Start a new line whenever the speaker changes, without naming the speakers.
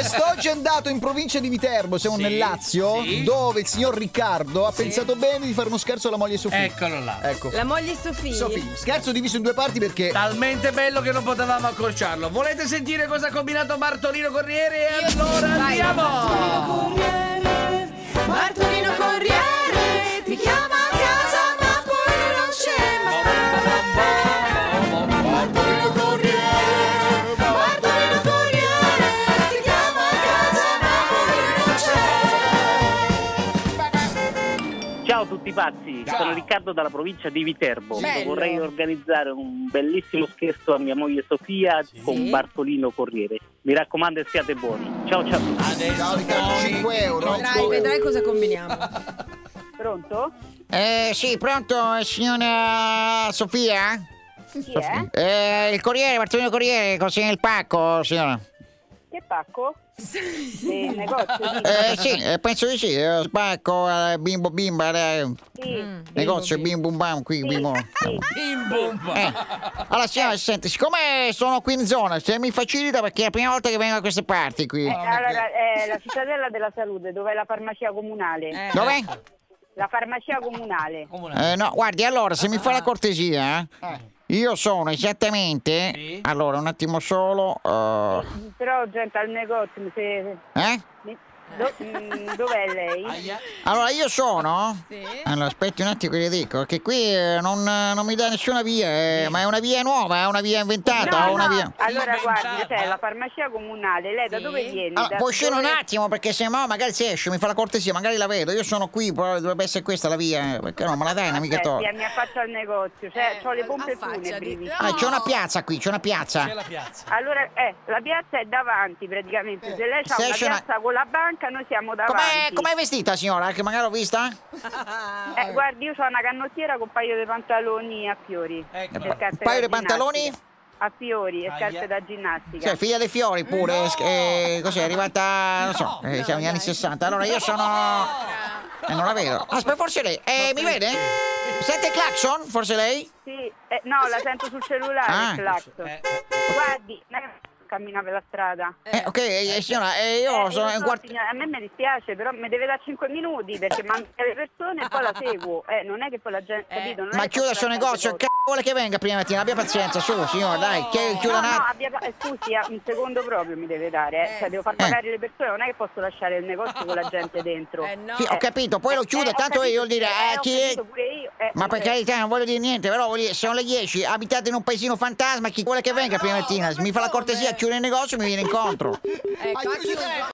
Quest'oggi è andato in provincia di Viterbo, siamo
Sì,
nel Lazio,
sì.
dove il signor Riccardo ha pensato bene di fare uno scherzo alla moglie Sofì.
Eccolo là.
Ecco.
La moglie Sofì.
Sofì, scherzo diviso in due parti perché
Talmente bello che non potevamo accorciarlo. Volete sentire cosa ha combinato Bartolino Corriere? E allora
Vai,
andiamo!
Bartolino Corriere mi chiama a casa ma poi non c'è mai. Bartolino Corriere, Bartolino Corriere ti chiama a casa ma poi non c'è.
Ciao a tutti pazzi,
Ciao.
sono Riccardo dalla provincia di Viterbo.
Bello.
Vorrei organizzare un bellissimo scherzo a mia moglie Sofia con Bartolino Corriere. Mi raccomando e siate buoni. Ciao ciao.
Ciao, Riccardo, 5 euro.
Vedrai, vedrai cosa combiniamo.
Pronto?
Eh sì, pronto, eh, signora Sofia?
Chi è?
Eh, il corriere, Bartolino Corriere, consegna il pacco, signora.
Che pacco? Del negozio?
Eh sì, eh, penso di sì, eh, il pacco eh, bimbo bimba, eh,
Sì.
negozio bim bum bam qui, bimbo.
Sì.
In bomba!
Eh, allora signora, senti, siccome sono qui in zona, se mi facilita perché è la prima volta che vengo a queste parti qui.
Eh, allora, eh, la cittadella della salute, dov'è la farmacia comunale?
Dov'è?
La farmacia comunale.
Comunale.
Eh, Ah. no, guardi, allora, se mi fa la cortesia, io sono esattamente...
Sì.
Allora, un attimo solo... eh,
Però, gente, al negozio, se...
eh?
mi- do- mm, dov'è lei?
Aia.
Allora io sono. Allora aspetti un attimo che le dico, che qui eh, non, non mi dà nessuna via, eh, ma è una via nuova, è una via inventata, o Ah, una via.
Allora, guardi,
Inventata.
c'è la farmacia comunale, lei da dove viene?
Allora,
Da
puoi uscire un
dove-
attimo perché se no magari se esce mi fa la cortesia, magari la vedo. Io sono qui, però dovrebbe essere questa la via, eh, perché no, me la dai, mica
Eh,
to.
sì, mi affaccio al negozio, cioè,
Eh,
ho le pompe
affacciati.
funebri.
Ah, c'è una piazza qui, c'è una
C'è
piazza.
la piazza.
Allora, eh, la piazza è davanti praticamente. Se lei ha
Se
una
esce una-
piazza con la banca, noi siamo
Com'è,
davanti.
Eh. com'è vestita signora? Che magari ho vista?
Eh, guardi, io ho una canottiera con un paio di pantaloni a fiori.
Ecco.
e scarpe
Un paio
da
di pantaloni?
ginnastica. A fiori e
Aia.
scarpe da ginnastica.
Cioè, figlia dei fiori pure, eh, eh, così è arrivata, non so, eh, siamo negli anni 60. Allora io sono... Eh, non la vedo. Aspetta, forse lei. Eh, mi vede? Sente il clacson? Forse lei?
Sì, eh, no, la sento sul cellulare,
Ah.
il clacson.
Eh, eh,
Guardi, eh, cammina per la strada.
Eh,
Ecco,
ok, eh, signora, eh, io
Eh,
sono
lo
in
so,
quarto.
signora, a me mi dispiace, però mi deve dare 5 minuti perché manca le persone e poi la seguo. Eh, non è che poi la gente, capito? Non è
Ma
che
chiuda il
faccio
suo
la
negozio,
stessa
c***o vuole che venga prima mattina, abbia pazienza, su, signora, dai, che chiuda
No,
un
no,
attimo.
abbia, eh, scusi, eh, un secondo proprio mi deve dare, eh.
Eh,
cioè devo far
sì.
pagare le persone, non è che posso lasciare il negozio con la gente dentro.
Eh no.
Sì, ho capito, poi lo chiudo,
Eh, ho
tanto
capito,
io dire,
sì, eh,
eh,
ho
chi è?
capito pure io, eh,
Ma per
eh,
carità, non voglio dire niente, però voglio dire, sono le 10, abitate in un paesino fantasma, chi vuole che venga prima mattina, mi fa la cortesia, chiude il negozio e mi viene incontro.
Ecco, ha chiuso.